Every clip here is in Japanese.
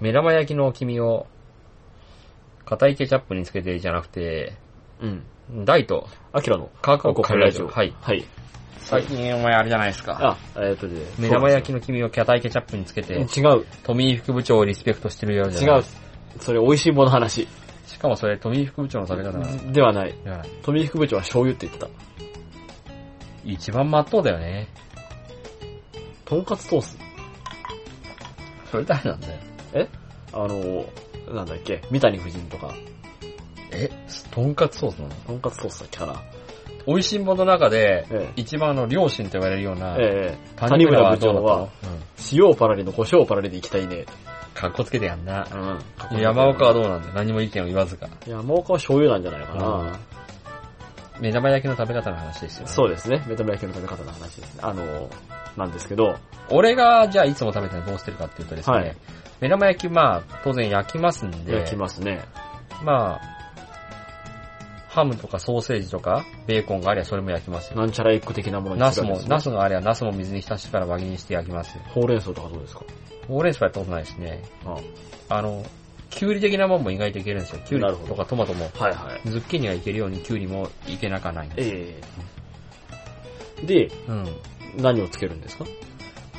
目玉焼きの黄身を、硬いケチャップにつけてじゃなくて、うん。大と、アキラの。科学を変えるラジオ。ははいい。。はい。最近お前あれじゃないですか。あ、えっとね。目玉焼きの黄身を硬いケチャップにつけて、き違う。富井副部長をリスペクトしてるようじゃない違う。それ、美味しいもの話。しかもそれ富井副部長の食べ方なの。ではない。いや富井副部長は醤油って言ってた。一番真っ当だよね。とんかつソース。それ誰なんだよ。あの、なんだっけ、三谷夫人とか、え、とんかつソースなのとんかつソースだっけかな。美味しいものの中で、え一番あの、両親と言われるようえな、ええ谷村谷村部長ははどうだったの、塩をパラリの胡椒をパラリで行きたいね。うん、かっこつけてやんな。うん山岡はどうなんだよ。何も意見を言わずか。山岡は醤油なんじゃないかな。目玉焼きの食べ方の話ですよ、ね。そうですね。目玉焼きの食べ方の話ですね。あの、なんですけど、俺が、じゃあいつも食べてるのどうしてるかっていうとですね、はい目玉焼き、まあ、当然焼きますんで、焼きますね。まあ、ハムとかソーセージとか、ベーコンがありゃそれも焼きますよ。なんちゃらエッグ的なものにナすスるわもけで、すねナスがありゃナスも水に浸してから輪切りにして焼きますよ。ほうれん草とかどうですかほうれん草やったことないですね。ああの、キュウリ的なもんも意外といけるんですよ。キュウなるほリどとかトマトも、はいはい。ズッキーニがいけるようにキュウリもいけなかないんです。ええで、うん。何をつけるんですか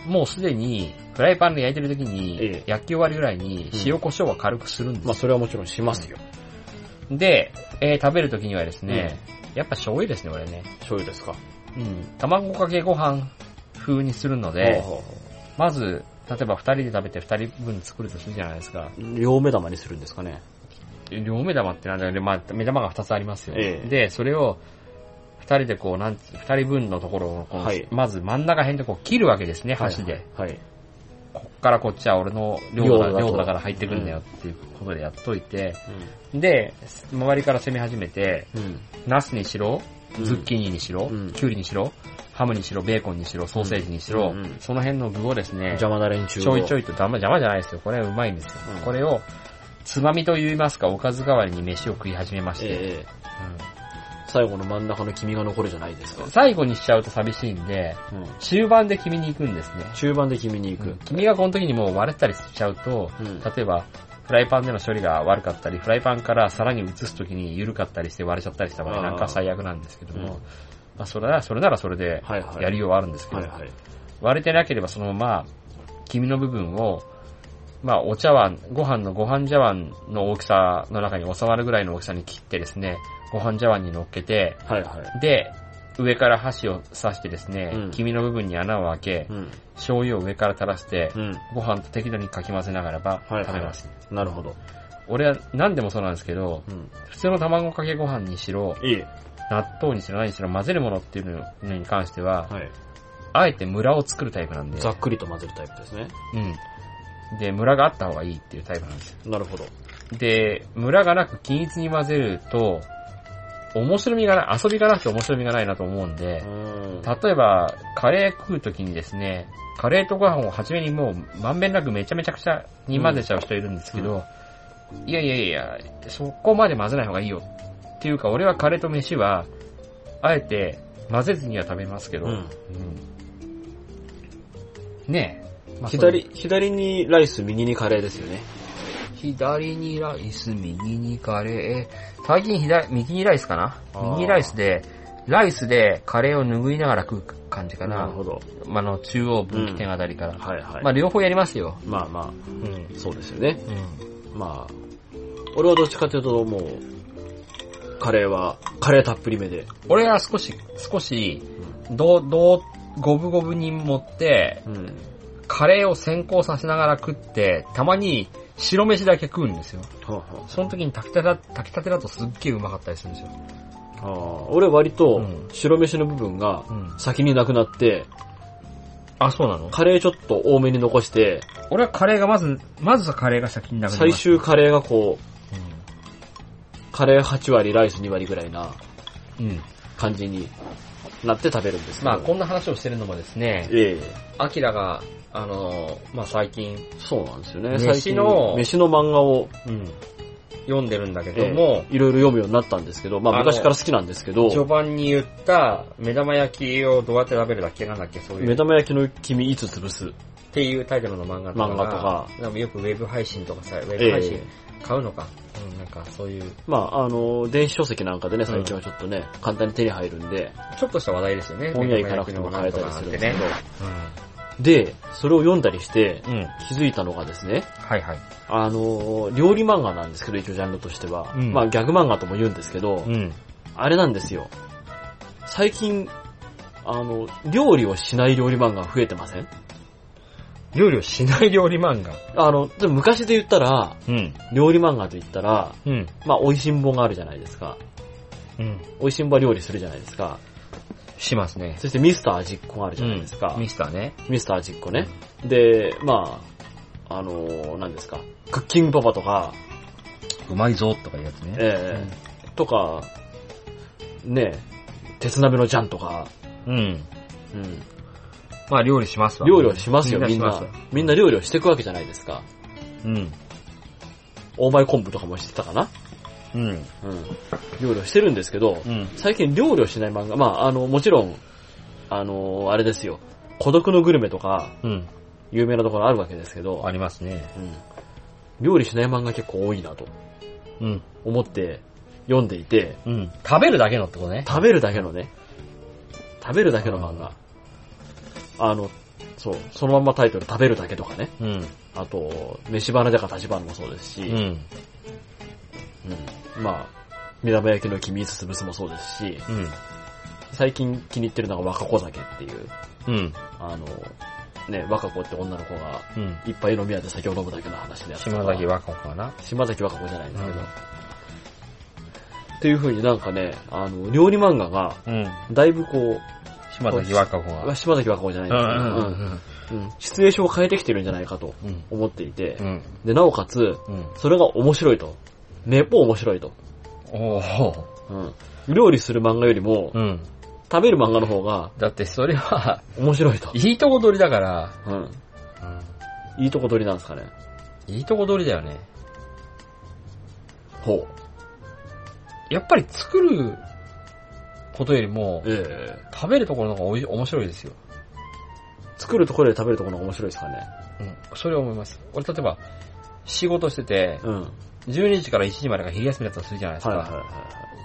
もうすでに、フライパンで焼いてる時ええに、焼き終わりぐらいにうん塩コショウは軽くするんですまあよ。それはもちろんしますよ。で、えー食べる時にはですね、やっぱ醤油ですね、俺ね。醤油ですか。うん。卵かけご飯風にするので、ほうほまず、例えば二人で食べて二人分作るとするじゃないですか。うほう両目玉にするんですかね。両目玉ってなんだよね、まあ、目玉が二つありますよ。ええで、それを、二人でこう、なんつ二人分のところをこう、はいまず真ん中辺でこう切るわけですね、箸で。はい。はい。こっからこっちは俺の領土だ領土だと領土だから入ってくんだよっていうことでやっといて、で、周りから攻め始めて、うん。うん。ナスにしろ、ズッキーニにしろ、うんキュウリにしろ、ハムにしろ、ベーコンにしろ、ソーセージにしうろんうん、その辺の具をですね、邪魔な連中を。ちょいちょい。いと邪魔邪魔じゃないですよ。これはうまいんですようん。これを、つまみと言いますか、おかず代わりに飯を食い始めまして、ええ最後の真ん中の君が残るじゃないですかうん。最後にしちゃうと寂しいんで、うん。終盤で君に行くんですね。中盤で君に行く。君がこの時にもう割れたりしちゃうと、うん例えば、フライパンでの処理が悪かったり、フライパンから皿に移す時に緩かったりして割れちゃったりした場あー合、なんか最悪なんですけども、うんまあ、それなら、それならそれで、はいはい。やりようはあるんですけど、はいはい。割れてなければそのまま、黄身の部分を、まあ、お茶碗、ご飯のご飯茶碗の大きさの中に収まるぐらいの大きさに切ってですね、ご飯茶碗に乗っけて、はいはい。で、上から箸を刺してですね、うん黄身の部分に穴を開け、うん。醤油を上から垂らして、うん。ご飯と適度にかき混ぜながらばはいはい食べます。なるほど。俺は何でもそうなんですけど、うん。普通の卵かけご飯にしろ、いい。納豆にしろ何にしろ混ぜるものっていうのに関しては、はい。あえてムラを作るタイプなんで、ざっくりと混ぜるタイプですね。うん。で、ムラがあった方がいいっていうタイプなんですよ。なるほど。で、ムラがなく均一に混ぜると、面白みがない、遊びがなくて面白みがないなと思うんで、うん。例えば、カレー食うときにですね、カレーとご飯を初めにもう、まんべんなくめちゃめちゃくちゃに混ぜちゃう人いるんですけど、いやいやいや、そこまで混ぜない方がいいよ。っていうか、俺はカレーと飯は、あえて混ぜずには食べますけど、ううんん。ねえ。まあ左、左にライス、右にカレーですよね。左にライス、右にカレー。最近左、右にライスかなあー右にライスで、ライスでカレーを拭いながら食う感じかなな。るほど。まあ、あの、中央分岐点あたりから。はいはい。ままあ、両方やりますよ。あまあ、うん。うん。そうですよね。まあ、俺はどっちかというともう、カレーは、カレーたっぷりめで。俺は少し、少し、どう、どう、五分五分に持って、うん。カレーを先行させながら食って、たまに白飯だけ食うんですよ。はあはその時に炊きたてだ、炊きたてだとすっげえうまかったりするんですよ。あああ俺割とうん、白飯の部分がうん。先になくなって、あ、そうなのカレーちょっと多めに残して、俺はカレーがまず、まずはカレーが先になくなり最ます。終カレーがこ最終。う、カレー8割、ライス2割ぐらいなうん。感じになって食べるんですけど。まあこんな話をしてるのもですね、ええアキラが、あのー、まあ最近、そうなんですよね。最飯近の飯の漫画を、読んでるんだけえどえも、いろいろ読むようになったんですけど、まああの昔から好きなんですけど、序盤に言った目玉焼きをどうやって食べるだっけなんだっけそういう。目玉焼きの黄身いつ潰す。っていうタイトルの漫画とかが漫画とかなんよくウェブ配信とかさ、ウェえブ配信買うのか、うん、なんかそういう、まあ、あの、電子書籍なんかでね、最近はちょっとね、簡単に手に入るんで、ちょっとした話題ですよね。本屋行かなくても買えたりするんですけど、うで、それを読んだりして、ん。うん。気づいたのがですね、はいはい。あの、料理漫画なんですけど、一応ジャンルとしては。うんまあ、ギャグ漫画とも言うんですけど、うん。あれなんですよ。最近、あの、料理をしない料理漫画増えてません料理をしない料理漫画。あの、でも昔で言ったら、うん。料理漫画と言ったら、うん。まあ、美味しんぼがあるじゃないですか。うん。美味しんぼは料理するじゃないですか。しますね。そしてミスター味っ子があるじゃないですか。ミスターね。ミスター味っ子ね。で、まあ、あのー、何ですか。クッキングパパとか、うまいぞとかいうやつね。ええとか、ねえ、鉄鍋のジャンとか、うん。うんうん、まあ料理しますわ。料理をしますよ、みみんんなな。みんな料理をしていくわけじゃないですか。うん。大前昆布とかもしてたかなうん。うん。料理をしてるんですけどう、ん。最近料理をしない漫画、まあ、あの、もちろん、あの、あれですよ、孤独のグルメとか、うん。有名なところあるわけですけどあ、りますね。うん。料理しない漫画結構多いなとうん。思って読んでいて、うん。食べるだけのってことね。食べるだけのね、食べるだけの漫画。あの、そう、そのまんまタイトル食べるだけとかね。うん。あと、飯花だか立花もそうですし、うん。うんまあ、目玉焼きの君すすぶすもそうですし、うん。最近気に入ってるのが若子酒っていう、うん。あの、ね、若子って女の子が、うん。いっぱい飲み屋で酒を飲むだけの話でやつとか島崎和歌子かな。島崎若子じゃないんですけど。うんっていう風になんかね、あの、料理漫画が、うん。だいぶこ島崎和歌子う、が。島崎若子じゃないんうですんけど、うんうんシチュエーションを変えてきてるんじゃないかとうん。思っていてう、ん。で、なおかつ、うん。それが面白いと。めっぽう面白いと。おー。うん料理する漫画よりも、うん。食べる漫画の方がだってそれは、 面白いと。いいとこ取りだから、うん。いいとこ取りなんですかね。いいとこ取りだよね。ほう。やっぱり作ることよりも、え食べるところの方がおい面白いですよ。作るところで食べるところが面白いですかね。うん。それは思います。俺例えば、仕事してて、うん。はい12時から1時までが昼休みだったとするじゃないですか。はいはいは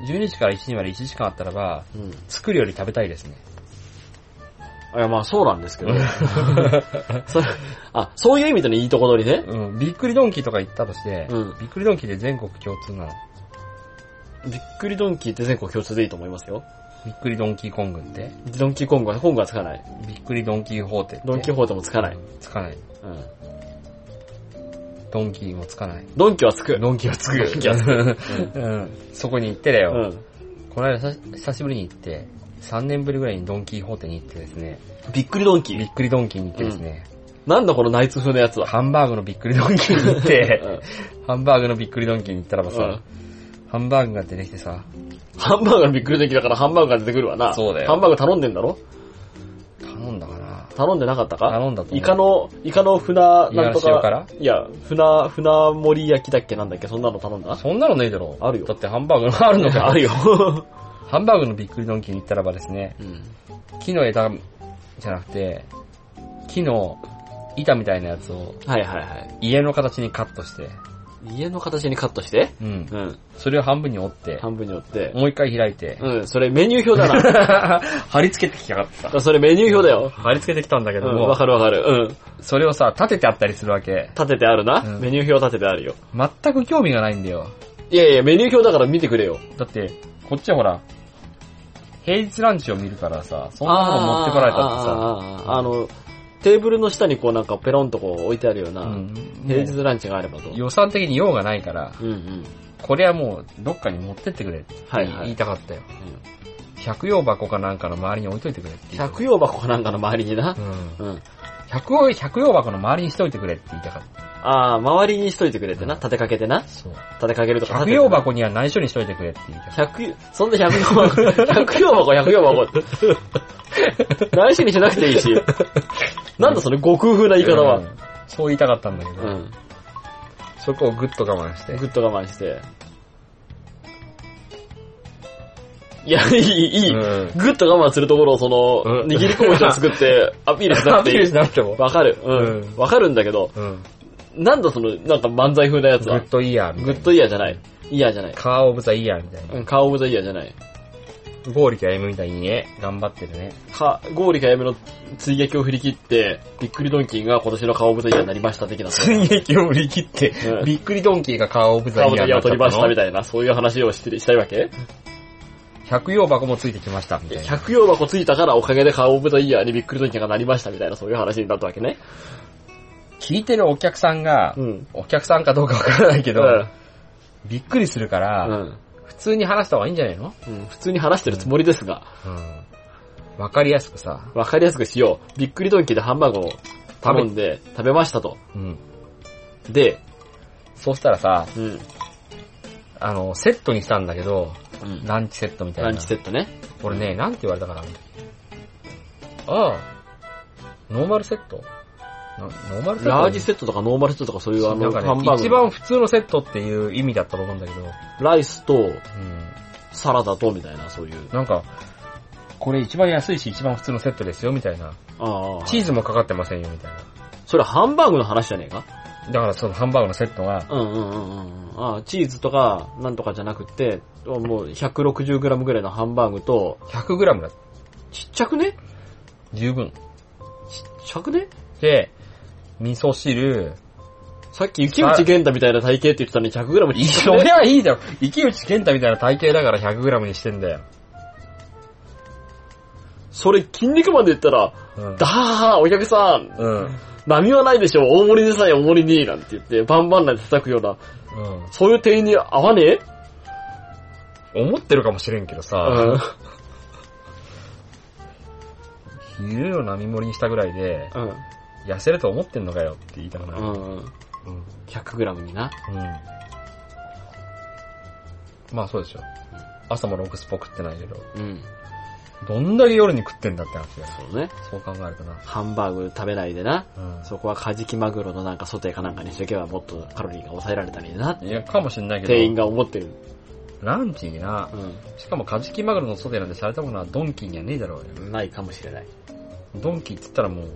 12時から1時まで1時間あったらば、い。うん。作るより食べたいですね。いやまあそうなんで すけど。それあ、そういう意味でのいいとこ取りね。うん。びっくりドンキーとか行ったとして、うん。びっくりドンキーで全国共通なの。びっくりドンキーって全国共通でいいと思いますよ。びっくりドンキーコングって、ドンキーコングは、コングはつかない。びっくりドンキーホーテって。ドンキーホホーテもつかない。つかない。うん。ドンキーもつかない。ドンキはつく。ドンキーはつく。ドンキはつく。うん。そこに行ってだうよ。ん。この間さ久しぶりに行って、3年ぶりぐらいにドンキーホーテに行ってですね、びっくりドンキびー。っくりドンキーに行ってですね、なんだこのナイツ風のやつは。ハンバーグのびっくりドンキーに行っうて、んハンバーグのびっくりドンキーに行ったらばうんさ、ハンバーグが出てきてさ、ハンバーガーびっくりドンキーだからハンバーガー出てくるわな。そうだよハンバーグ頼んでんだろ頼んだかな頼んでなかったか頼んだと思うイカの、イカの船、なんといや塩か辛。いや、船、船盛り焼きだっけなんだっけそんなの頼んだそんなのねえだろ。あるよだってハンバーグのあるの あか。るよ。ハンバーグのびっくりドンキーに行ったらばですね、うん。木の枝じゃなくて、木の板みたいなやつをはいはいはい。家の形にカットして、家の形にカットして、うん。うん。それを半分に折って、半分に折って、もう一回開いて、うん、それメニュー表だな。だか 貼り付けてきやがってさ。 らそれメニュー表だよ。貼り付けてきたんだけうどん、も、わかるわかる。うん。それをさ、立ててあったりするわけ。立ててあるな。うんメニュー表立ててあるよ。全く興味がないんだよ。いやいや、メニュー表だから見てくれよ。だって、こっちはほら、平日ランチを見るからさ、そんなもの持ってこられたってさ、あーあーあーあーあの、テーブルの下にこうなんかペロンとこう置いてあるような、うん平日ランチがあればと。予算的に用がないから、うんうん。これはもうどっかに持ってってくれってはいは言いい。たかったよ。百葉箱かなんかの周りに置いといてくれって言いたかっ百葉箱かなんかの周りになた。うん。うん。百葉百葉箱の周りにしといてくれって言いたかった。ああ、周りにしといてくれてな。立てかけてな。そう。立てかけるとか百立ててな葉。箱には内緒にしといてくれって言いたかった。百、そんな百葉箱、百葉箱、百葉箱。内緒にしなくていいし。なんだそれ、悟空風な言い方うは。んそう言いたかったんだけうど、ん。そこをぐっと我慢してぐ、っと我慢して。いや、いい、いい。うんぐっと我慢するところをその、うん握り込む人を作って、アピールしなアくピーていルいし。なくても。わかる。ううんん。わかるんだけど、うん。なんだその、なんか漫才風なやつグッは。ドイヤーみたいグな。ッドイヤーじゃない。イヤーじゃない。カーオブザイヤーみたいな。うん、顔オブザイヤーじゃない。ゴーリキャエムみたいにね、頑張ってるね。か、ゴーリかやめの追撃を振り切って、びっくりドンキーが今年の顔オブザイヤーになりました的な。寸劇を売り切って、うんびっくりドンキーがカーオブザ顔イオブヤーザイにヤーなをっちゃった取りましたみの。たいな、そういう話をしてしたいわけ百葉箱もついてきました、みたいな。百葉箱ついたからおかげで顔オブザイヤーにびっくりドンキーがなりましたみたいな、そういう話になったわけね。聞いてるお客さんがう、ん。お客さんかどうかわからないけうど、ん。びっくりするかうら、ん普通に話した方がいいんじゃないのうん。普通に話してるつもりですが。うん。わかりやすくさ、わかりやすくしよう。びっくりドンキーでハンバーグを頼んで食べましたと。うん。で、そうしたらさ、うん。うん。あの、セットにしたんだけど、ランチセットみたいな。ランチセットね。俺ね、なんて言われたかなああ、ノーマルセットなノーマルセットラージセットとかノーマルセットとかそういうあなの、んかハンバーね、グ。一番普通のセットっていう意味だったと思うんだけど、ライスとうん、サラダとみたいな、そういう。なんか、これ一番安いし一番普通のセットですよみたいな。ああ。チーズもかかってませんよみたいな。それハンバーグの話じゃねえかだからそのハンバーグのセットが、うんうんうんうんうん。ああ、チーズとか、なんとかじゃなくて、もう 160g ぐらいのハンバーグと、 100g だ。ちっちゃくね十分。ちっちゃくねで、味噌汁、さっき雪内玄太みたいな体型って言ってたのに 100g ちっちそゃくねりゃいいだろ。池内健太みたいな体型だから 100g にしてんだよ。それ筋肉マンで言ったら、うんだ。ーお客さん、うん。うん。波はないでしょ、大盛りでさえ大盛りに、なんて言って、バンバンなんて叩くような、そういう店員に合わねえ思ってるかもしれんけどうんさ、。昼を並盛りにしたぐらいで、痩せると思ってんのかよって言いたくなうる。ん。うん。うん。 100g にな。うん。まあそうでしょ。朝もロクスポ食ってないけど、うん。どんだけ夜に食ってんだって話だよ。そうね。そう考えるとな。ハンバーグ食べないでな。うん。そこはカジキマグロのなんかソテーかなんかにしとけばもっとカロリーが抑えられたりなっていや、かもしんない店け員ど、が思ってる。ランチにな、しかもカジキマグロのソテーなんてされたものはドンキーにはねえだろうよ。うん。ないかもしれない。ドンキーって言ったらもう、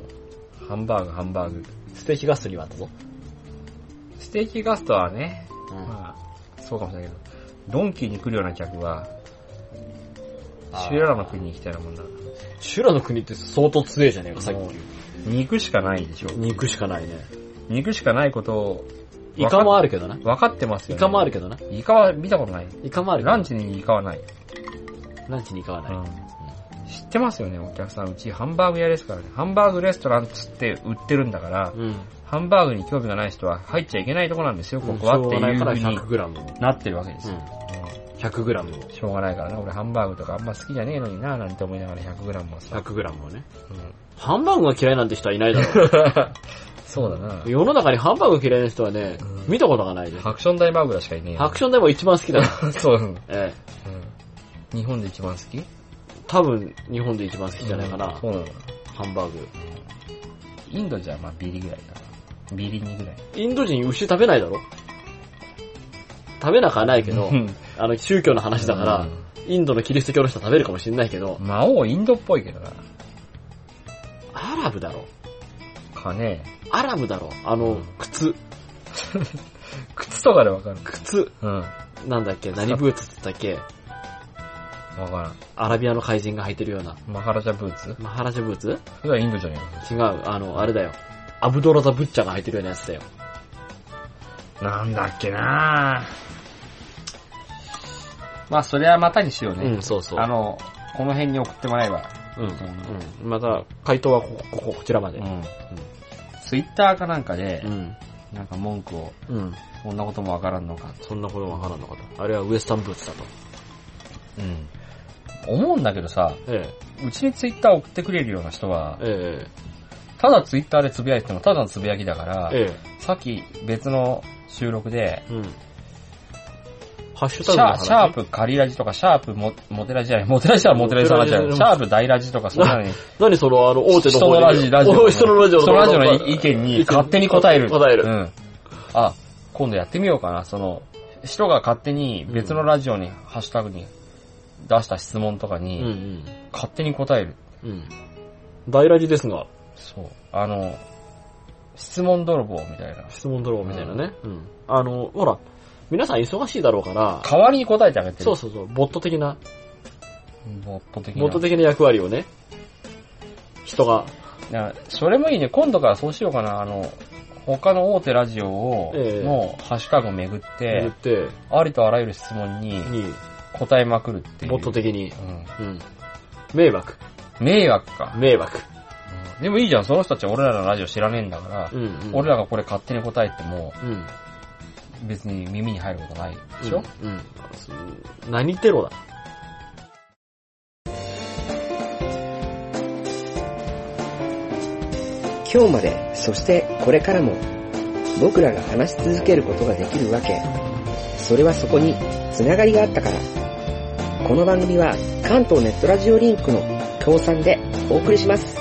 ハンバーグ、ハンバーグ。ステーキガストにはあったぞ。ステーキガストはね、うん。まあ、そうかもしれないけど、ドンキーに来るような客は、シュラの国に行きたいなもんな。修羅の国って相当強えじゃねえか、さっき。肉しかないでしょ。肉しかないね。肉しかないことを、イカもあるけどな。分かってますイよ、ね。カもあるけどな。イカは見たことない。イカもあるけどランチにイカはない。ランチにイカはない。うん知ってますよね、お客さん。うちハンバーグ屋ですからね。ハンバーグレストランつって売ってるんだから、うん。ハンバーグに興味がない人は入っちゃいけないとこなんですよ、こ僕こはっていうか風らに 100g。なってるわけですうよ。ん。100g を。しょうがないからね、俺ハンバーグとかあんま好きじゃねえのになぁなんて思いながら 100g もさ。 100g をね。うん ハンバーグが嫌いなんて人はいないだろう。そうだ な世の中にハンバーグ嫌いな人はねうん、見たことがないで。ハクション大マグラしかいねえよ。ハクションでも一番好きだ よ。そう、うん。ええ。日本で一番好き多分、日本で一番好きじゃないかな。そうなの。ハンバーグ。インドじゃまあビリぐらいかな。ビリ2ぐらい。インド人牛食べないだろ食べなくはないけど、あの、宗教の話だから、うんインドのキリスト教の人は食べるかもしれないけど、魔王インドっぽいけどな。アラブだろかねアラブだろあの、靴、靴とかでわかる。靴、うん。わなんだっけ、何ブーツって言ったっけ、からアラビアの怪人が履いてるような。ん。マハラジャブーツマハラジャブーツそれはインドじゃね違う、あの、あれだよ。アブドラザ・ブッチャーが履いてるようなやつだよ。えのなんだっけなまあ、それはまたにしよううねん、。そうそう。あの、この辺に送ってもらえば。うん、うん。また、回答はここ、ここ、こちらまで。うん。ツイッターかなんかでう、ん。なんか文句を、うん。こんなこともわからんのか。そんなことわからんのかと。あれはウエスタンブーツだと。うん。思うんだけどさ、えうちにツイッター送ってくれるような人はえ、、えただツイッターでつぶやいてもただのつぶやきだからえ、、えさっき別の収録で、え。うん。ハッシュシタグのャ話。シャープカリラジとか、シャープモモテラジじゃない、モテラジはモテラジの話じゃない、シャープ大ラジとか、そんなのに、何その、あの、大手の人方のラジ、ラジオ。人のラジオ人のラジオの意見に勝手に答える。答えるうん。あ、今度やってみようかな、その、人が勝手に別のラジオに、ハッシュタグに、出した質問とかうに、ん勝手に答える。うん。うん。大ラジですが、そう。あの、質問泥棒みたいな。質問泥棒みたいなね。うん。あの、ほら、皆さん忙しいだろうから、代わりに答えてあげてる。そうそうそう、ボット的な、ボット的な。ボット的な役割をね、人が、なそれもいいね。今度からそうしようかな。あの、他の大手ラジオを、ええのハッシュタグをめぐって言っ、て、ありとあらゆる質問にに、答えまくるっていう。ボット的に、ううん。迷惑、ん。迷惑か、迷惑。うんでもいいじゃん。その人たちは俺らのラジオ知らねえんだから、うん、うん。俺らがこれ勝手に答えても、うん。別に耳に入ることないでしょ、うん。うんそう何テロだ今日まで、そしてこれからも、僕らが話し続けることができるわけ。それはそこに、つながりがあったから。この番組は、関東ネットラジオリンクの協賛でお送りします。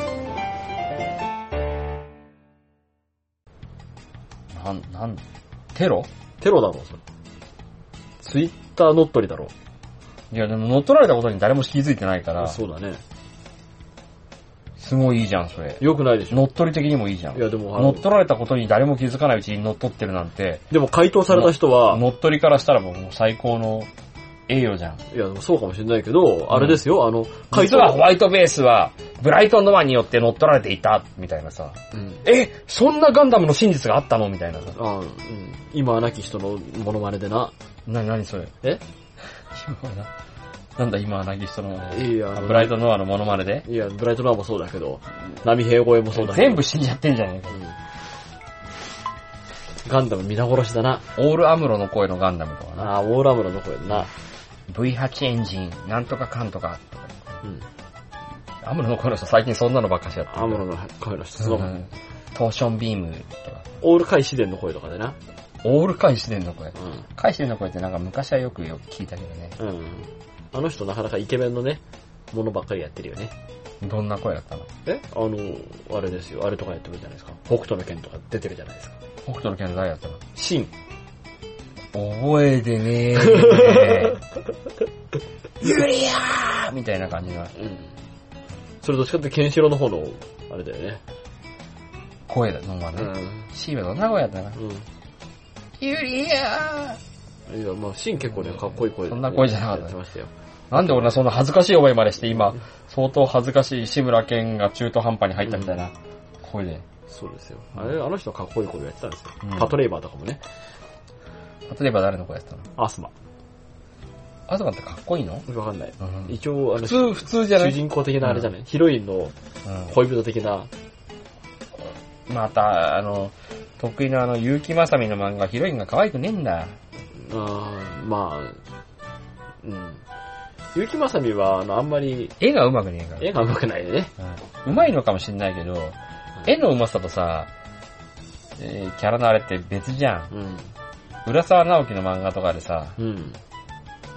なん、なん、テロテロだろ、それ。ツイッター乗っ取りだろ。いや、でも乗っ取られたことに誰も気づいてないから、そうだね。すごいいいじゃん、それ。よくないでしょ。乗っ取り的にもいいじゃいん。や、でも、あ乗っの、取られたことに誰も気づかないうちに乗っ取ってるなんて、でも回答された人は、乗っ取りからしたらもう最高の栄誉じゃん。いや、そうかもしれないけど、あれですよ、あの、回実答はホワイトベースは、ブライトン・ノアによって乗っ取られていた、みたいなさ。うん。え、そんなガンダムの真実があったのみたいなさ。あうん。今は亡き人のモノマネでな。な、なにそれ。え今な なんだ今、なぎ人の、いや、あのブライトン・ノアのモノマネで。いや、ブライトラーもそうだけど、波平越えもそうだけど。全部死んじゃってんじゃねえかう。ん。ガンダム皆殺しだな。オール・アムロの声のガンダムとかな。ああ、オーラムラの声だな。 V8 エンジン、なんとかかんとか、とか。うん。アムロの声の人最近そんなのばっかしやってる。アムロの声の人、そうんうの、んトーションビームとか。オール界自然の声とかでな。オール返してんの声。うん。返してんの声ってなんか昔はよくよく聞いたけどね。うん。あの人なかなかイケメンのね、ものばっかりやってるよね。どんな声だったのえあの、あれですよ、あれとかやってるじゃないですか。北斗の剣とか出てるじゃないですか。北斗の拳誰だったのシン。覚えてねえ。 ユリアーみたいな感じのうん。それどっちかってケンシロウの方の、あれだよね。声だ、のまね。うシーはどんな声だったのん。ユリアーうん。いや、まあシン結構ね、かっこいい声そんな声じゃなかったねやってましたよ。なんで俺はそんな恥ずかしい思いまでして今、相当恥ずかしい志村けんが中途半端に入ったみたいな声で。そうですよ。あれ、あの人かっこいい声やってたんですよ。うんパトレイバーとかもね。例えば誰の声だったのアスマ。アズマってかっこいいの、わかんない。うん、一応、あの、普通、普通じゃな主い、人公的なあれじゃない、ヒロインの恋人的な、うん、また、あの、得意なあの、結城まさみの漫画、ヒロインが可愛くねえんだ。あーまあ、うん。結城まさみは、あの、あんまり、絵が上手くねえから。絵が上手くないでね。うまいのかもしんないけど、絵のうまさとさ、えーキャラのあれって別じゃん。うん。浦沢直樹の漫画とかでさ、うん。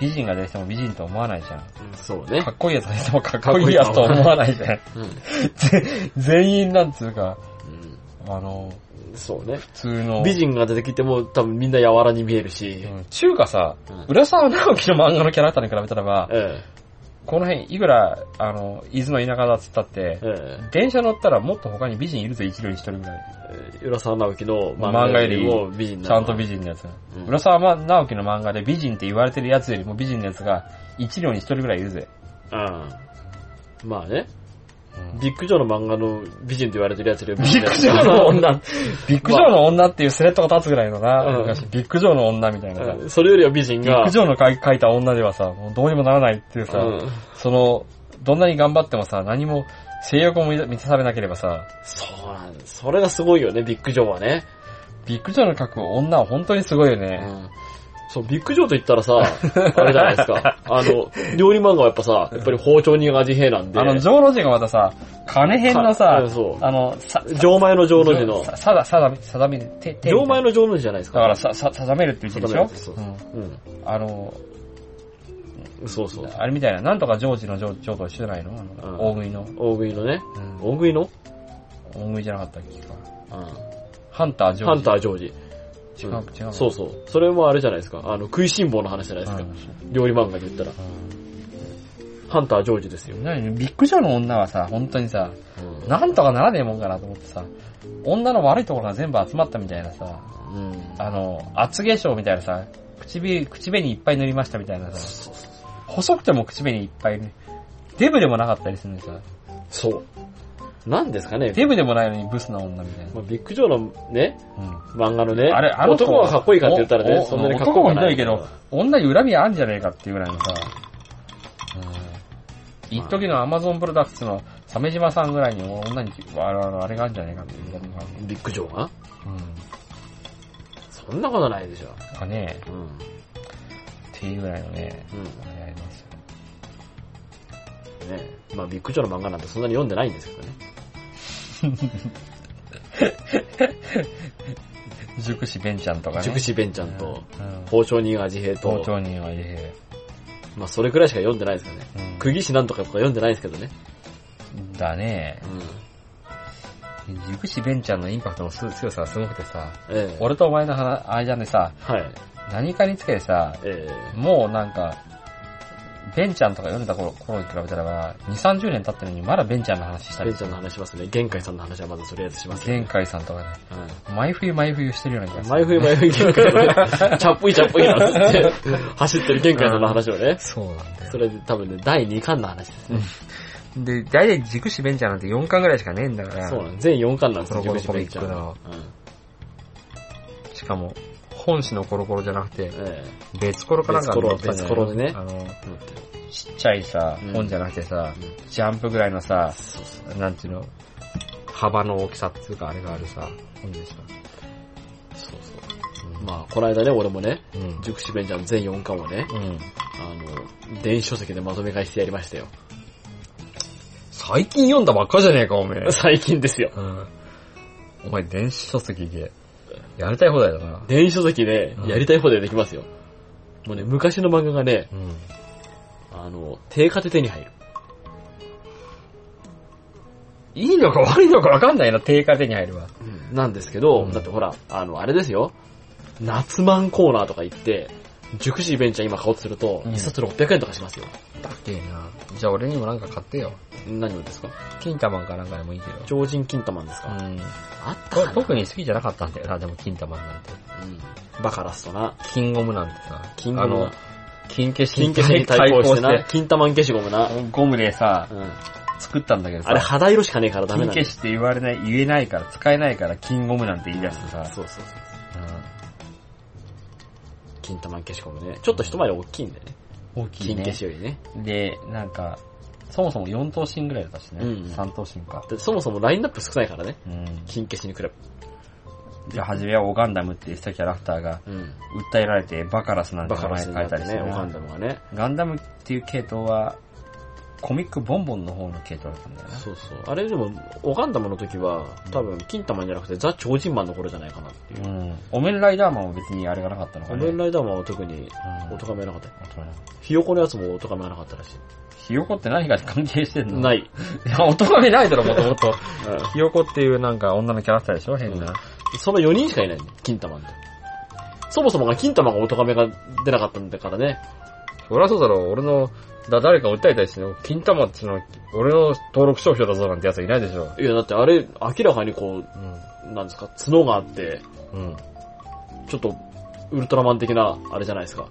美人が出てきても美人と思わないじゃん。そうねか。っこいいやつが出てもかっこいいやつと思わないじゃん。うん。 全員なんつうか、あの、うんそうね。普通の。美人が出てきても、多分みんな柔らに見えるし、うん中華さ、うん浦沢直樹の漫画のキャラクターに比べたらば、えこの辺、いくら、あの、伊豆の田舎だっつったってえ、、え電車乗ったらもっと他に美人いるぜ、一両に一人ぐらい。え、浦沢直樹の漫画よりも美人なちゃんと美人のやつが。うん浦沢直樹の漫画で美人って言われてるやつよりも美人のやつが、一両に一人ぐらいいるぜ。うん。まあね。ビッグジョーの漫画の美人と言われてるやつよりビ美人ッだグよジョーの女、ビッグジョーの女っていうスレッドが立つぐらいのな、うん昔ビッグジョーの女みたいなさ、うんそれよりは美人ビッがグジ、ョーの書い書いた女ではさ、もうどうにもならないっていうさ、うんその、どんなに頑張ってもさ、何も、性欲も満たされなければさ、そうなんそれがすごいよね、ビッグジョーはね。ビッグジョーの書く女は本当にすごいよね。そう、ビッグジョーと言ったらさ、あれじゃないですか。 あの、料理漫画はやっぱさ、やっぱり包丁に味平なんで。あの、ジョーロジがまたさ、金編のかさうん、そう。あの、さ、上前の上の字の。ささだ、さだ、さだめ、て、て上前の上の字じゃないですだか。からさ、さ、定めるっていう字でしょ定うめんうあの、ん。そうそう。あれみたいな、なんとかジョージのジョジョーと一緒じゃないのあのうん大食いの。大食いのね。うん大食いの大食いじゃなかったっけか。ハハンタージョーンジ。タージョージ。違う違うそうそう。それもあれじゃないですか。あの、食いしん坊の話じゃないですか。うん料理漫画で言ったら。うんハンタージョージですよ。なにビッグジョーの女はさ、本当にさ、うんなんとかならねえもんかなと思ってさ、女の悪いところが全部集まったみたいなさ、うんあの、厚化粧みたいなさ、唇、口紅いっぱい塗りましたみたいなさ、そうそう細くても口紅いっぱい、ね、デブでもなかったりするんでさ、そう。なんですかね。デブでもないのにブスな女みたいな。まあ、ビッグジョーのね、うん漫画のね、あれあの子男がかっこいいかって言ったらおね、おそんなにかっこよくない。男もひどい女に恨みあんじゃねえかっていうぐらいのさ、うん。一時のアマゾンプロダクツの鮫島さんぐらいに女にあのあれがあるんじゃねえかっていう恨みがある。ビッグジョーがうん。そんなことないでしょ。まあね、うん。うん。っていうぐらいのね、あれありますよ。ねまあ、ビッグジョーの漫画なんてそんなに読んでないんですけどね。塾師ベンちゃんとかね。塾師ベンちゃんうとん、。うん包丁人味平傍と、聴人はいえ、まあ、それくらいしか読んでないですよね。うん釘師なんとかとか読んでないですけどね。だねう。ん。塾師ベンちゃんのインパクトの強さがすごくてさ、ええ。俺とお前の話間でさ、はい。何かにつけてさ、えもうなんか、ベンちゃんとか読んだ頃頃に比べたら、2、30年経ってるのにまだベンちゃんの話しえ。たベりンちゃんの話しますね。玄海さんの話はまずとりあえずします。前回さんとかね、うん毎冬毎冬してるような気がする。前冬前冬玄関のね、チャップイチャップイなんつって、走ってる玄関さんの話をね。 そうなんだよ。それ多分ね、第2巻の話ですね。で、大体軸紙ベンちゃんなんて4巻ぐらいしかねえんだから、そうなんです全4巻なんですよ、コロコロジブリベンチャーコミッのクうんしかも、本誌のコロコロじゃなくて、え別コロかなんかに載ってたんじゃない別コロ別コロでねあの、え。ちっちゃいさうん、本じゃなくてさう、んジャンプぐらいのさ、そうそう。なんていうの、幅の大きさっていうかあれがあるさ、本でした。そうそう。まあ、この間ね、俺もね、うん。うん。塾師ベンチャーの全4巻をね、うんあの、電子書籍でまとめ買いしてやり ましたよ。最近読んだばっかじゃねえか、お めえ。最近ですよ。うん。お前、電子書籍で、やりたい放題だな。電子書籍でうんやりたい放題できますよ。もうね、昔の漫画がね、うん。あの、定価で手に入る。いいのか悪いのかわかんないな、定価手に入るわ。なんですけど、うんだってほら、あの、あれですよ。夏マンコーナーとか行って、塾師ベンチャー今買おうとすると、うん一冊600円とかしますよ。だけえな。じゃあ俺にもなんか買ってよ。何をですか金玉かなんかでもいいけど。超人金玉ですか、うん。あったかとな特に好きじゃなかったんだよな、でも金玉なんて。うん。バカラスとな。金ゴムなんてさ。金ゴムあの、金消し金消しに対抗してな。対金玉ん消しゴムな。抗してゴムでさ、うん。作ったんだけどさ。あれ肌色しかねえからダメ金なん消だよ。しって言われない、言えないから、使えないから金ゴムなんて言い出してさ。そうそうそう。うん金玉ん消しゴムね。ちょっと一回り大きいんだよね。大きい金ね消。しよりね。で、なんか、そもそも4等身ぐらいだったしね。うん3等身か。でそもそもラインナップ少ないからね。うん。金消しに比べ。じゃあ、初めはオガンダムって言ってたキャラクターが、うん。訴えられてバカラスなんてバカ名前ラ変スになえったてりしてね、ねオガンダムがね。ガンダムっていう系統は、コミックボンボンの方の系統だったんだよね。そうそう。あれでも、オガンダムの時は、多分、金玉じゃなくて、ザ・超人マンの頃じゃないかなっていうう。ん。オメンライダーマンは別にあれがなかったのか仮ね。面ライダーマンは特に、うんおとがめなかったよ。あとねひよこのやつもおとがめがなかったらしい。ひよこって何が関係してんの。ないい。いや、 男がないだろ、もともと。うんひよこっていうなんか女のキャラクターでしょ変な。その4人しかいないね、金玉って。そもそもが金玉が音亀が出なかったんだからね。そりゃそうだろ、俺の、だ、誰か訴えたりして、金玉っての、俺の登録商標だぞなんてやついないでしょ。いや、だってあれ、明らかにうこん。う、なんですか、角があって、うん。ちょっと、ウルトラマン的な、あれじゃないですか。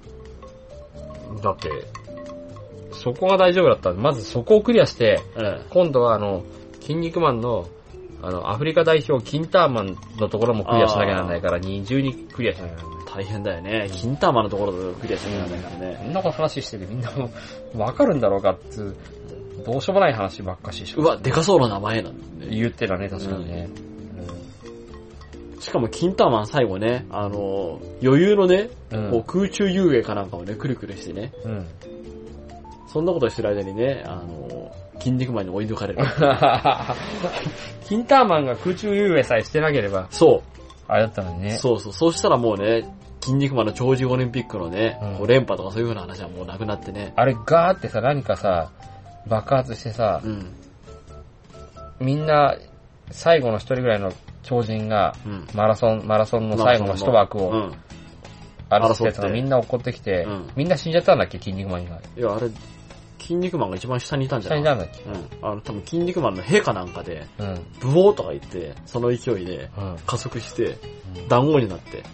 だって、そこが大丈夫だったら、まずそこをクリアして、え今度はあの、筋肉マンの、あの、アフリカ代表、キンターマンのところもクリアしなきゃなんないから、二重にクリアしなきゃなんないえ、。大変だよね。金玉のところでクリアしなきゃいけないからこね。んなこと話しててみんなも う、わかるんだろうかっつう、どうしようもない話ばっかしでしょうわ、でかそうな名前なんだね。言ってたね、確かにね。しかも金玉は最後ね、あの、余裕のね、うんこう空中遊泳かなんかをね、くるくるしてね、うん。うん。そんなことしてる間にね、あの、筋肉マンに追い抜か れる。キンターマンが空中遊泳さえしてなければ、そう。あれだったのにね。そうそう、そうしたらもうね、筋肉マンの長寿オリンピックのね、うんこう連覇とかそういう風な話はもうなくなってね。あれガーってさ、何かさ、爆発してさう、ん、みんな、最後の一人ぐらいの超人が、うん。マラソン、マラソンの最後の一枠うをん。争って争ったてのみんな怒ってきてうん、みんな死んじゃったんだっけ、筋肉マン以外。いや、あれ、筋肉マンが一番下にいたんじゃ下ないになんだっけうん。あの、多分筋肉マンの陛下なんかで、うん。うん。ブオーとか言って、その勢いで加速して、団子になって。そっか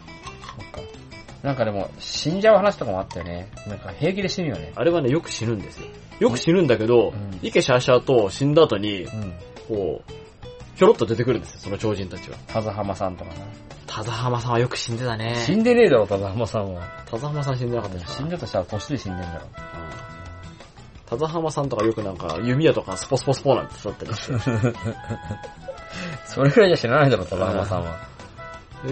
なんかでも、死んじゃう話とかもあったよね。なんか平気で死ぬよね。あれはね、よく死ぬんですよ。よく死ぬんだけどうん、イケシャーシャーと死んだ後に、うん。こう、ひょろっと出てくるんですよ、その超人たちは。田沢浜さんとかな。田沢浜さんはよく死んでたね。死んでねえだろ、田沢浜さんは。田沢浜さん死んでなかったです死かんだとしたら年で死んでんだろ。うん田沢浜さんとかよくなんか弓矢とかスポスポスポなんてだったりして、 それぐらいじゃ死なないだろ、田沢浜さんは。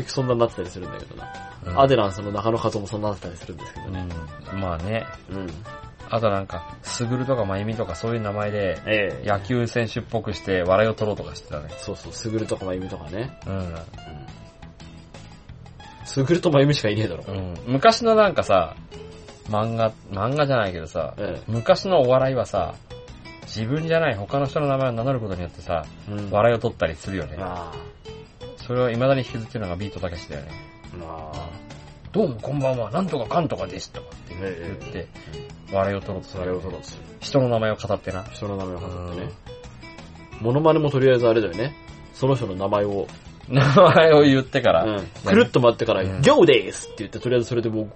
そんなになってたりするんだけどな。うんアデランスの中野和夫もそんなになってたりするんですけどね。うん。まあね。うん。あとなんか、すぐるとかまゆみとかそういう名前で、ええ野球選手っぽくして笑いを取ろうとかしてたね。そうそう、すぐるとかまゆみとかね。うん。すぐるとまゆみしかいねえだろ。うん、昔のなんかさ、漫画、漫画じゃないけどさ、え昔のお笑いはさ、自分じゃない他の人の名前を名乗ることによってさ、え。うん笑いを取ったりするよね。まあ、それを未だに引きずってるのがビートたけしだよね。まあ、どうもこんばんは、なんとかかんとかですとかって言えっえて、笑いを取ろうとすそるれよをね、そろする。人の名前を語ってな。人の名前を語ってね。モノマネもとりあえずあれだよね。その人の名前を、名前を言ってから、うんくるっと回ってから、うんギョーですって言って、とりあえずそれでもう、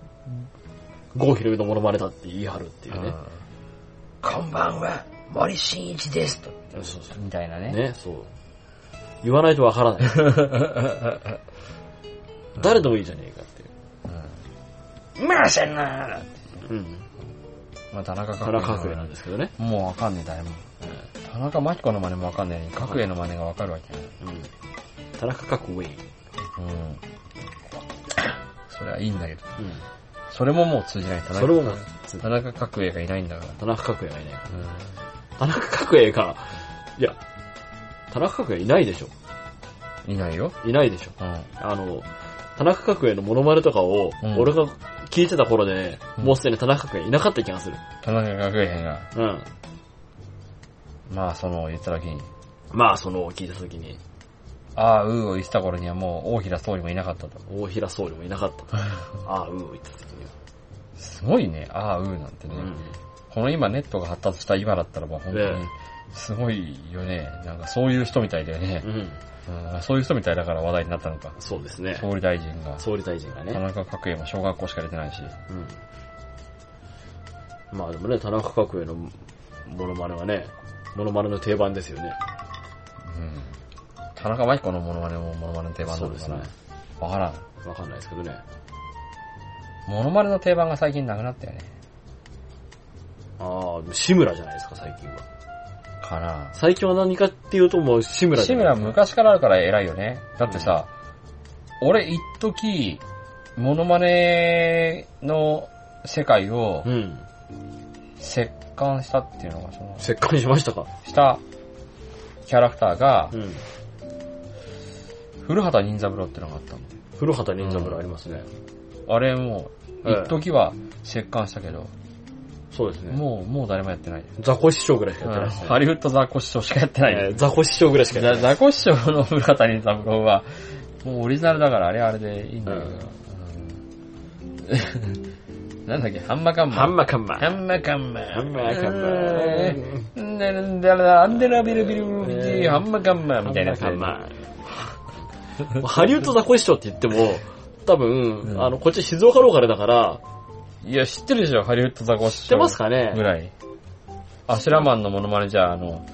郷ひろみのモノマネだって言い張るっていうね。こんばんは、森進一ですと。そうそみたいなう。ね。ね、そう。言わないとわからない。 誰でもいいじゃねえかっていまあせんなう。うん。まあ田中田角栄中角栄なんですけどね。もうわかんねえ、誰も。田中真紀子の真似もわかんねえのに、角栄の真似がわかるわけない。うん。田中う角栄。ん。それはいいんだけど。うん。それももう通じない。田中それももう通田中角栄がいないんだか田中角栄がいないからら。うん。田中角栄が、いや、田中角栄いないでしょ。いないよ。いないでしょ。うん。あの、田中角栄のモノマネとかをう、ん俺が聞いてた頃でね、うんもうすでに田中角栄いなかった気がする。田中角栄が、うん。まあその、言った時に、まあ、その、聞いた時に、ああ、うーを言ってた頃にはもう大平総理もいなかったと。大平総理もいなかった。ああ、うん、言ってた時には。すごいね、ああ、うーなんてね。この今ネットが発達した今だったらもう本当ねに、すごいよね。なんかそういう人みたいだよねう。ん。うん。うんそういう人みたいだから話題になったのか。そうですね。総理大臣が。総理大臣が田ね。中角栄も小学校しか出てないし。うん。まあでもね、田中角栄のモノマネはね、モノマネの定番ですよね。うん。田中真紀子のモノマネもモノマネの定番なそうのでかすねな。。わからん。わかんないですけどね。モノマネの定番が最近なくなったよね。ああ、志村じゃないですか、最近は。かな。最近は何かっていうともう志村じ志ゃな村いですか昔からあるから偉いよね。だってさ、俺一時モノマネの世界をうん。折檻したっていうのが、その、せっかくしましたか。したキャラクターがう、ん。古畑任三郎っていうのがあったの。古畑任三郎ありますね。あれもう、ええ一時は折檻したけど、そうですね。もう、もう誰もやってない。ザコ師匠ぐらいしかやってないですね。ハリウッドザコシショウしかやってないえでーザコ師匠ぐらいしかす。やっザてない。ザコシショウの古畑任三郎は、もうオリジナルだからあれはあれでいいんだけど。うんなんだっけ、ハンマカンマ。ハンマカンマ。ハンマカンマ。ハンマカンマえーななんだら、アンデラビルビルビルビえール、ハンマカンマみたいなやつだハよンね。マカンマ。ハリウッドザコ師匠って言っても、多分、うんあの、こっち静岡ローカルだから、いや、知ってるでしょ、ハリウッドザコシショウ。知ってますかぐねらい。アシュラマンのモノマネじゃ、あの、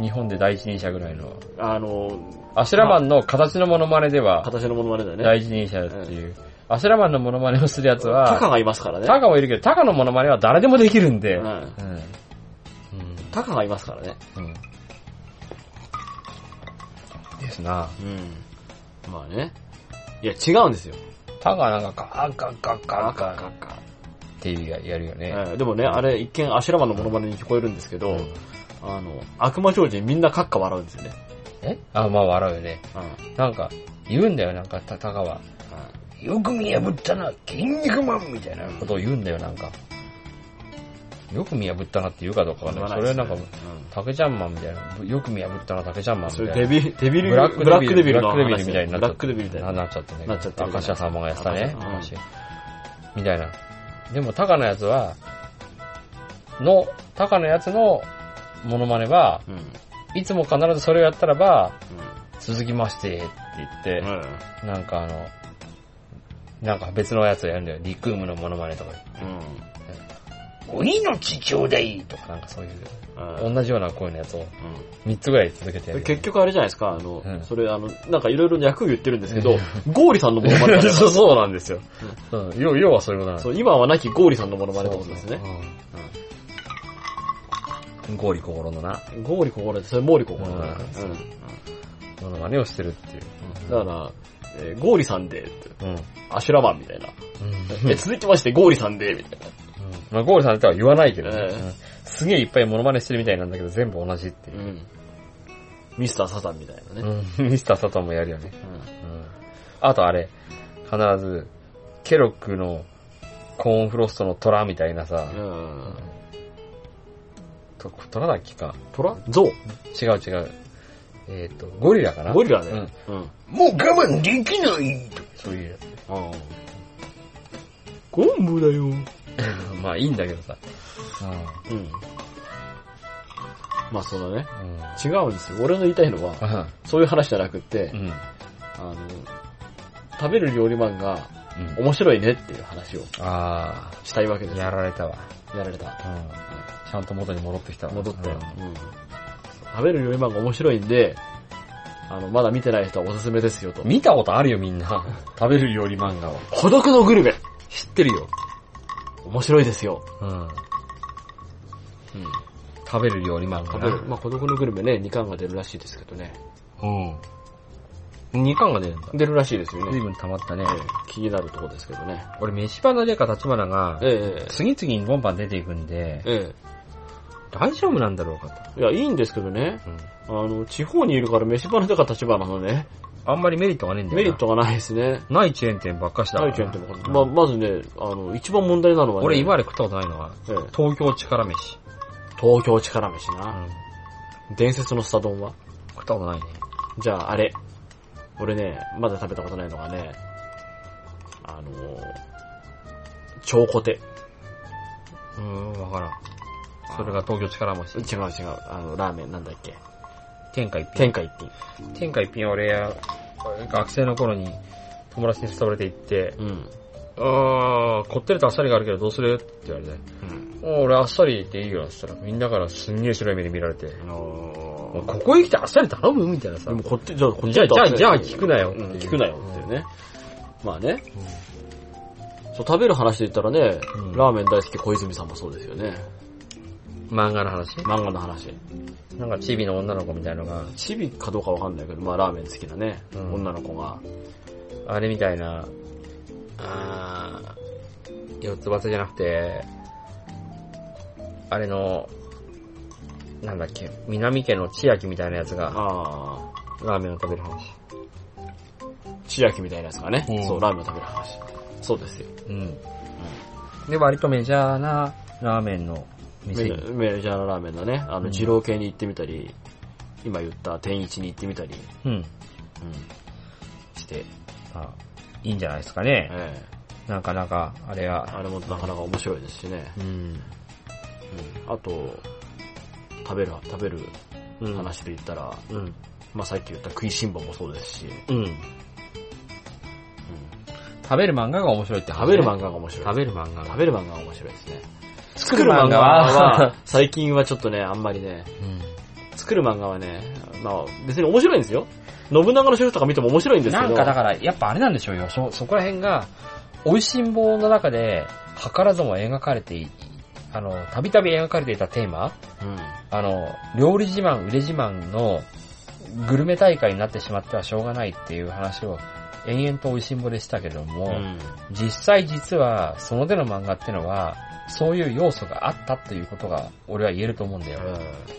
日本で第一人者ぐらいの。あの、アシュラマンの形のモノマネでは、形のモノマネだよね。第一人者っていう。アシュラマンのモノマネをするやつタカは、がいますからね。タカもいるけど、タカのモノマネは誰でもできるんで。ううん。んタカがいますからね。うん。ですな。うん。まあね。いや、違うんですよ。タカはなんかガーガーガーガーガーっッカ。ていうややるよね。えーでもね、あれ一見アシュラマンのモノマネに聞こえるんですけど、うんあの、悪魔超人みんなカッカ笑うんですよね。えあ、まあ笑うよね。うん。なんか、言うんだよ、なんか、タタカは。よく見破ったな、筋肉マンみたいなことを言うんだよ、なんか。よく見破ったなって言うかどうかわかんない。それはなんか、竹ちゃんマンみたいな。よく見破ったな、竹ちゃんマンみそれたいデな。ビ、デビル、ブラックブラックデブビルラのックデビ話ルみたいになっブちゃラっックデビルみたいなな。なっちゃってね。なっちゃってる明石家さんまがやってたね。明石みたいな。でも、タカのやつは、の、タカのやつのモノマネは、うん。うん。いつも必ずそれをやったらば、続きましてって言って、なんかあの、なんか別のやつをやるんだよ。リクームのモノマネとか。お命ちょうだいとかなんかそういう、うん。うん。同じような声のやつを3つぐらい続けてやる。結局あれじゃないですか、あの、うんそれあの、なんかいろいろ役言ってるんですけど、ゴーリさんのモノマネだ そうそうなんですよ。うん、要要はそういうことなんですそう、今はなきゴーリさんのモノマネってことですね。うん。ゴーリ心のな、ゴーリ心って、それモーリ心だね。ううん。ものまねをしてるっていう。だから、えーゴーリさんで、ってうん。うん。アシュラマンみたいな。え続きましてゴーリさんで、みたいな。まあ、ゴーリさんとは言わないけどね、ええうんすげえいっぱいモノマネしてるみたいなんだけど、全部同じっていうう。ん。ミスターサタンみたいなね。うんミスターサタンもやるよね。うん。あとあれ、必ず、ケロックのコーンフロストの虎みたいなさう、ん。うん。と虎だっけかトラゾウ違う違う。えっ、と、ゴリラかなゴリラね。うん。もう我慢できないそういうやつ。ゴンブだよ。うん。まあいいんだけどさ。まあそうだね。うん。うん。違うんですよ。俺の言いたいのは、そういう話じゃなくってう、ん。あの、食べる料理マンがうん。面白いねっていう話をあしたいわけでー、す。ややられたわ。られた。うん。ちゃんと元に戻ってきたわ。戻ったようん。うん食べる料理マンが面白いんで、あの、まだ見てない人はおすすめですよと。見たことあるよみんな。 食べる料理漫画を。孤独のグルメ知ってるよ。面白いですよ。うん。うん。食べる料理漫画食なべる。まあ、孤独のグルメね、2巻が出るらしいですけどね。うん。2巻が出るんだ。出るらしいですよ随ね。分溜まったねえ。え気になるとこですけどね。俺、飯花でか立花がえ、え次々にボンバン出ていくんで、え大丈夫なんだろうかと。え。いや、いいんですけどね。うんあの、地方にいるから飯花とか立花のね、あんまりメリットがねえんだよな。メリットがないですね。ないチェーン店ばっかしだから大な。ちゃんっても、まあ、まずね、あの、一番問題なのはね、俺、今まで食ったことないのは、ええ東京力飯。東京力飯うな。ん。伝説のスタ丼は食ったことないね。じゃあ、あれ。俺ね、まだ食べたことないのがね、あのー、超コテ。うーん、わからん。それが東京力違う飯。違う、あの、ラーメンなんだっけ。天下一品。天下一品。天下一品は俺や、学生の頃に友達に誘われて行って、うん。あー、こってりとあっさりがあるけどどうするって言われて、うん。お俺あっさりでいいよって言ったら、みんなからすんげえ白い目で見られて、あのおいーここへ来てあっさり頼むみたいなさで。もこっち、じゃあこっちじゃあ、じゃだあ、ってじゃあ聞くなよ。うん聞くなよっていうね。ね。まあね。そう、食べる話で言ったらね、うんラーメン大好き小泉さんもそうですよね。漫画の話漫画の話。なんかチビの女の子みたいのが、チビかどうかわかんないけど、まあラーメン好きなね、うん女の子が。あれみたいな、あー、四つ葉じゃなくて、あれの、なんだっけ、南家の千秋みたいなやつが、あラーメンを食べる話。ー、千秋みたいなやつがね、うんそう、ラーメンを食べる話。そうですよ。うん。で、割とメジャーなラーメンのメ店にジャーメジャーのラーメンだね。あうの、ん二郎系に行ってみたり、今言った天一に行ってみたり、うん。うん、して、あいいんじゃないですかね。ええなかなか、あれは。あれもなかなか面白いですしね。うん。あと、食べる、食べるうん。話で言ったら、うん。まあさっき言った食いしん坊もそうですし、うん。食べる漫画が面白いって、食べる漫画が面白い。食べる漫画食が。べる漫画が面白いですね。作作る漫画は、、 最近はちょっとね、あんまりね、作る漫画はね、まあ別に面白いんですよ。信長の城とか見ても面白いんですけなど。んかだから、やっぱあれなんでしょうよ。そ、そこら辺が、美味しん坊の中で、図らずも描かれてい、あの、たびたび描かれていたテーマうん、あの、料理自慢、腕自慢のグルメ大会になってしまってはしょうがないっていう話を延々と美味しんぼでしたけども、うん。実際実はその手の漫画ってのは、そういう要素があったということが俺は言えると思うんだよ。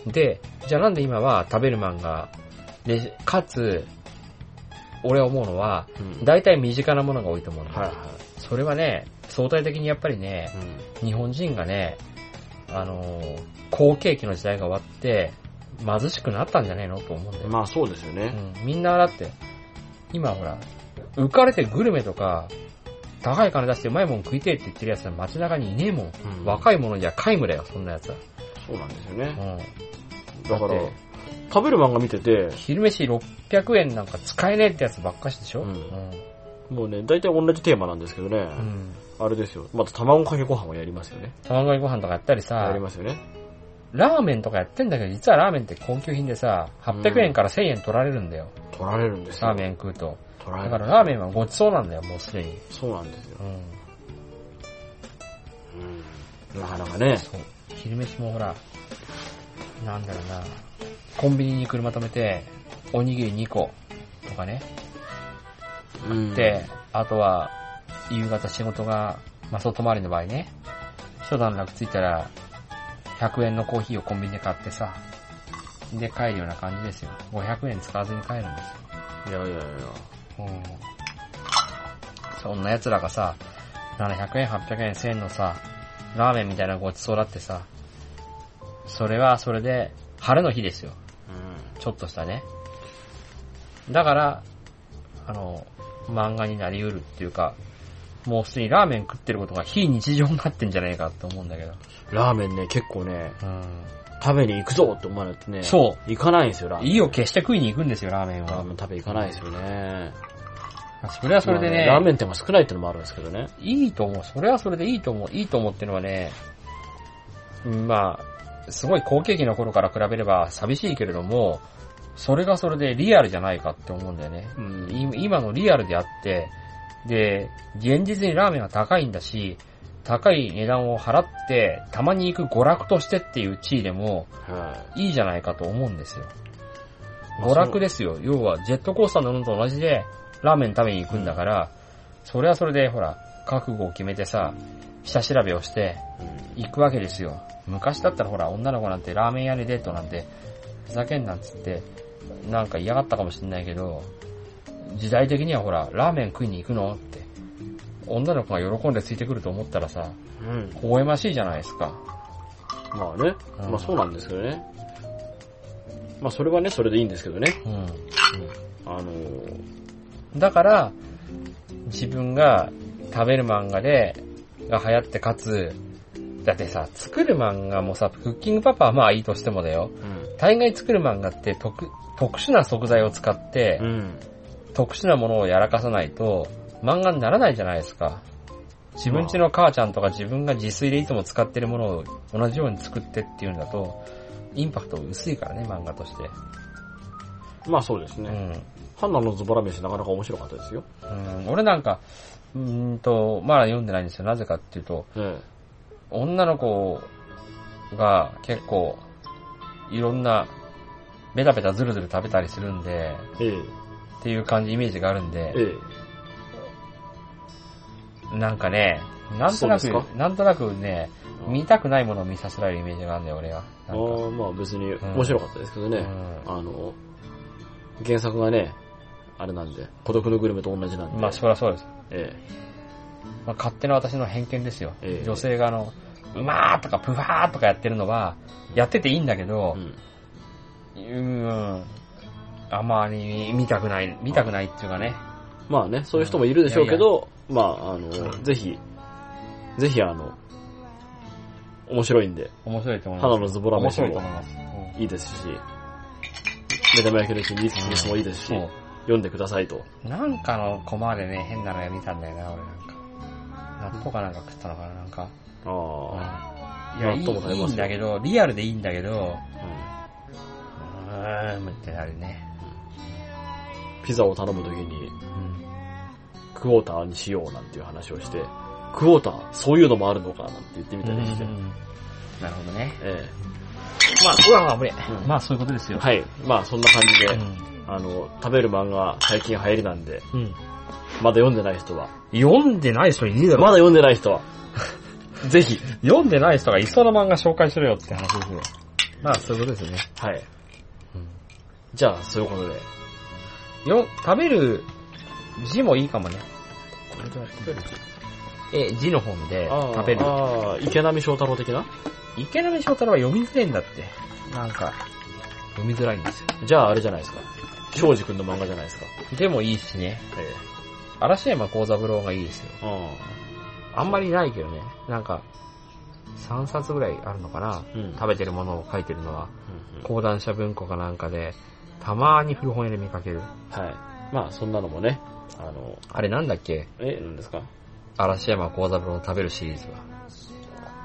で、じゃあなんで今は食べる漫画で、かつ、俺は思うのは、うん。大体身近なものが多いと思うの、はいはそれはね、相対的にやっぱりね、い。うん。日本人がね、あのー好景気の時代が終わって、貧しくなったんじゃねえのと思うんだよ。まあそうですよね。うん、みんなだって、今ほら、浮かれてグルメとか、高い金出してうまいもん食いてえって言ってる奴は街中にいねえもん。うん若い者には皆無だよ、そんな奴は。そうなんですようね。ん。だだかっらて、食べる漫画見てて、昼飯600円なんか使えねえってやつばっかしでしょううんん。もうね、大体同じテーマなんですけどね、うん。あれですよ。また卵かけご飯をやりますよね。卵かけご飯とかやったりやさり、ますよね。ラーメンとかやってんだけど、実はラーメンって高級品でさ、800円から1000円取られるんだよ。取られるんですよ。ラーメン食うと。取らだれかる。らラーメンはごちそうなんだよ、もうすでに。そうなんですよ。うん。うん。なかなかね。そう。昼飯もほら、なんだろうな。コンビニに車止めて、おにぎり2個とかね。うんで、あとは、夕方仕事が、まあ、外回りの場合ね、一段落ついたら、100円のコーヒーをコンビニで買ってさ、で帰るような感じですよ。500円使わずに帰るんですいやいやいや。よ。うん。そんな奴らがさ、700円、800円、1000円のさ、ラーメンみたいなごちそうだってさ、それはそれで、晴れの日ですよ。うん。ちょっとしたね。だから、あの、漫画になりうるっていうか、もうすでにラーメン食ってることが非日常になってんじゃないかと思うんだけど。ラーメンね、結構ね、うん。食べに行くぞって思わないとね、そ行かないんですよ、ラーメン。意を決して食いに行くんですよ、ラーメンラーはメ。ン食べ行かないですよね。それはそれでね、まあラーメン店が少ないってのもあるんですけどね。いいと思う。それはそれでいいと思う。いいと思うってのはね、うんまあ、すごい好景気の頃から比べれば寂しいけれども、それがそれでリアルじゃないかって思うんだよね。うん。い今のリアルであって、で、現実にラーメンは高いんだし、高い値段を払って、たまに行く娯楽としてっていう地位でもはいいじゃないかと思うんですよ。い。娯楽で。ですよ。要は、ジェットコースター乗るのと同じで、ラーメン食べに行くんだから、それはそれで、ほら、覚悟を決めてさ、下調べをして、うん行くわけですよ。昔だったらほら、女の子なんてラーメン屋にデートなんて、ふざけんなっつって、なんか嫌がったかもしんないけど、時代的にはほら、ラーメン食いに行くのって、女の子が喜んでついてくると思ったらさ、うん。微笑ましいじゃないですか。まあね、うんまあそうなんですけどね。まあそれはね、それでいいんですけどね。うん。あのー、だから、自分が食べる漫画で、が流行ってかつ、だってさ、作る漫画もさ、クッキングパパはまあいいとしてもだよ。うん。大概作る漫画って特、特殊な食材を使って、うん。特殊なものをやらかさないと、漫画にならないじゃないですか。自分家の母ちゃんとか自分が自炊でいつも使ってるものを同じように作ってっていうんだと、インパクト薄いからね、漫画として。まあそうですうね。ん。ハンナのズボラ飯なかなか面白かったですよ。うん、俺なんか、うーんと、まだ読んでないんですよ。なぜかっていうと、え女の子が結構、いろんな、ベタベタズルズル食べたりするんで、え。えっていう感じ、イメージがあるんでえ。、えなんかね、なんとなそくうです、なんとなくね、え。見たくないものを見させられるイメージがあるんだよ、俺は。あなんかーまあ別に面白かったですけどね。うあの、原作がね、あれなんで、孤独のグルメと同じなんで。ん、まあ、そりゃそうです。えまあ、勝手な私の偏見ですよ。ええ女性があの、うまーとかぷはーとかやってるのは、やってていいんだけえ。どう、ん。うーん、あまり見たくない、見たくないっていうかね。まあね、そういう人もいるでしょうけど、まあ、あの、ぜひ、ぜひあの、面白いんで、面白いと思い花ます。のズボラ面飯白いとも思います。うんいいですし、目玉焼きの日にいつにもいいですし、そ読んでくださいと。う。なんかのコマでね、変なの見たんだよな、俺なんか。納豆かなんか食ったのかな、なんか。あうんいや、いい納豆も食べますよいいんだけど、リアルでいいんだけど、あ、うーん、ってなるね。ピザを頼むときに、うんクォーターにしようなんていう話をして、クォーター、そういうのもあるのかなんて言ってみたりして。なるほどね。えまあ、うわ、危ねえ。まあ、そういうことですよ。はい。まあ、そんな感じで、うあの、食べる漫画、最近流行りなんで、ん。うん。まだ読んでない人は、読んでない人いねえだまだ読んでない人は、 ぜひ、読んでない人がいそうな漫画紹介しろよって話ですよ。まあ、そういうことですよね。はい。じゃあ、そういうことで。よ、食べる字もいいかもね。え、字の本で食べる。ああ、池波正太郎的な池波正太郎は読みづらいんだって。なんか、読みづらいんですよ。じゃあ、あれじゃないですか。庄司くんの漫画じゃないですか。でもいいしね。え嵐山幸三郎がいいですよ。あんまりないけどね。なんか、3冊ぐらいあるのかなうん。うん。食べてるものを書いてるのは、講談社文庫かなんかで、たまに古本屋で見かける。はい。まあ、そんなのもね、あの、あれなんだっけえ、何ですか嵐山幸三郎の食べるシリーズは。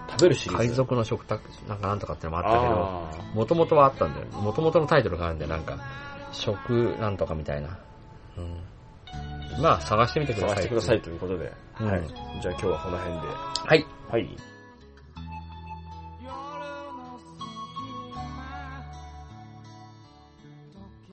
食べるシリーズ。海賊の食卓、なんかなんとかってのもあったけど、あったけもともとはあったんだよ。もともとのタイトルがあるんだよ。なんか、食なんとかみたいな。うん。まあ、探してみてくだ探さい。してくださいということで。うんはい。じゃあ今日はこの辺で。はい。はい。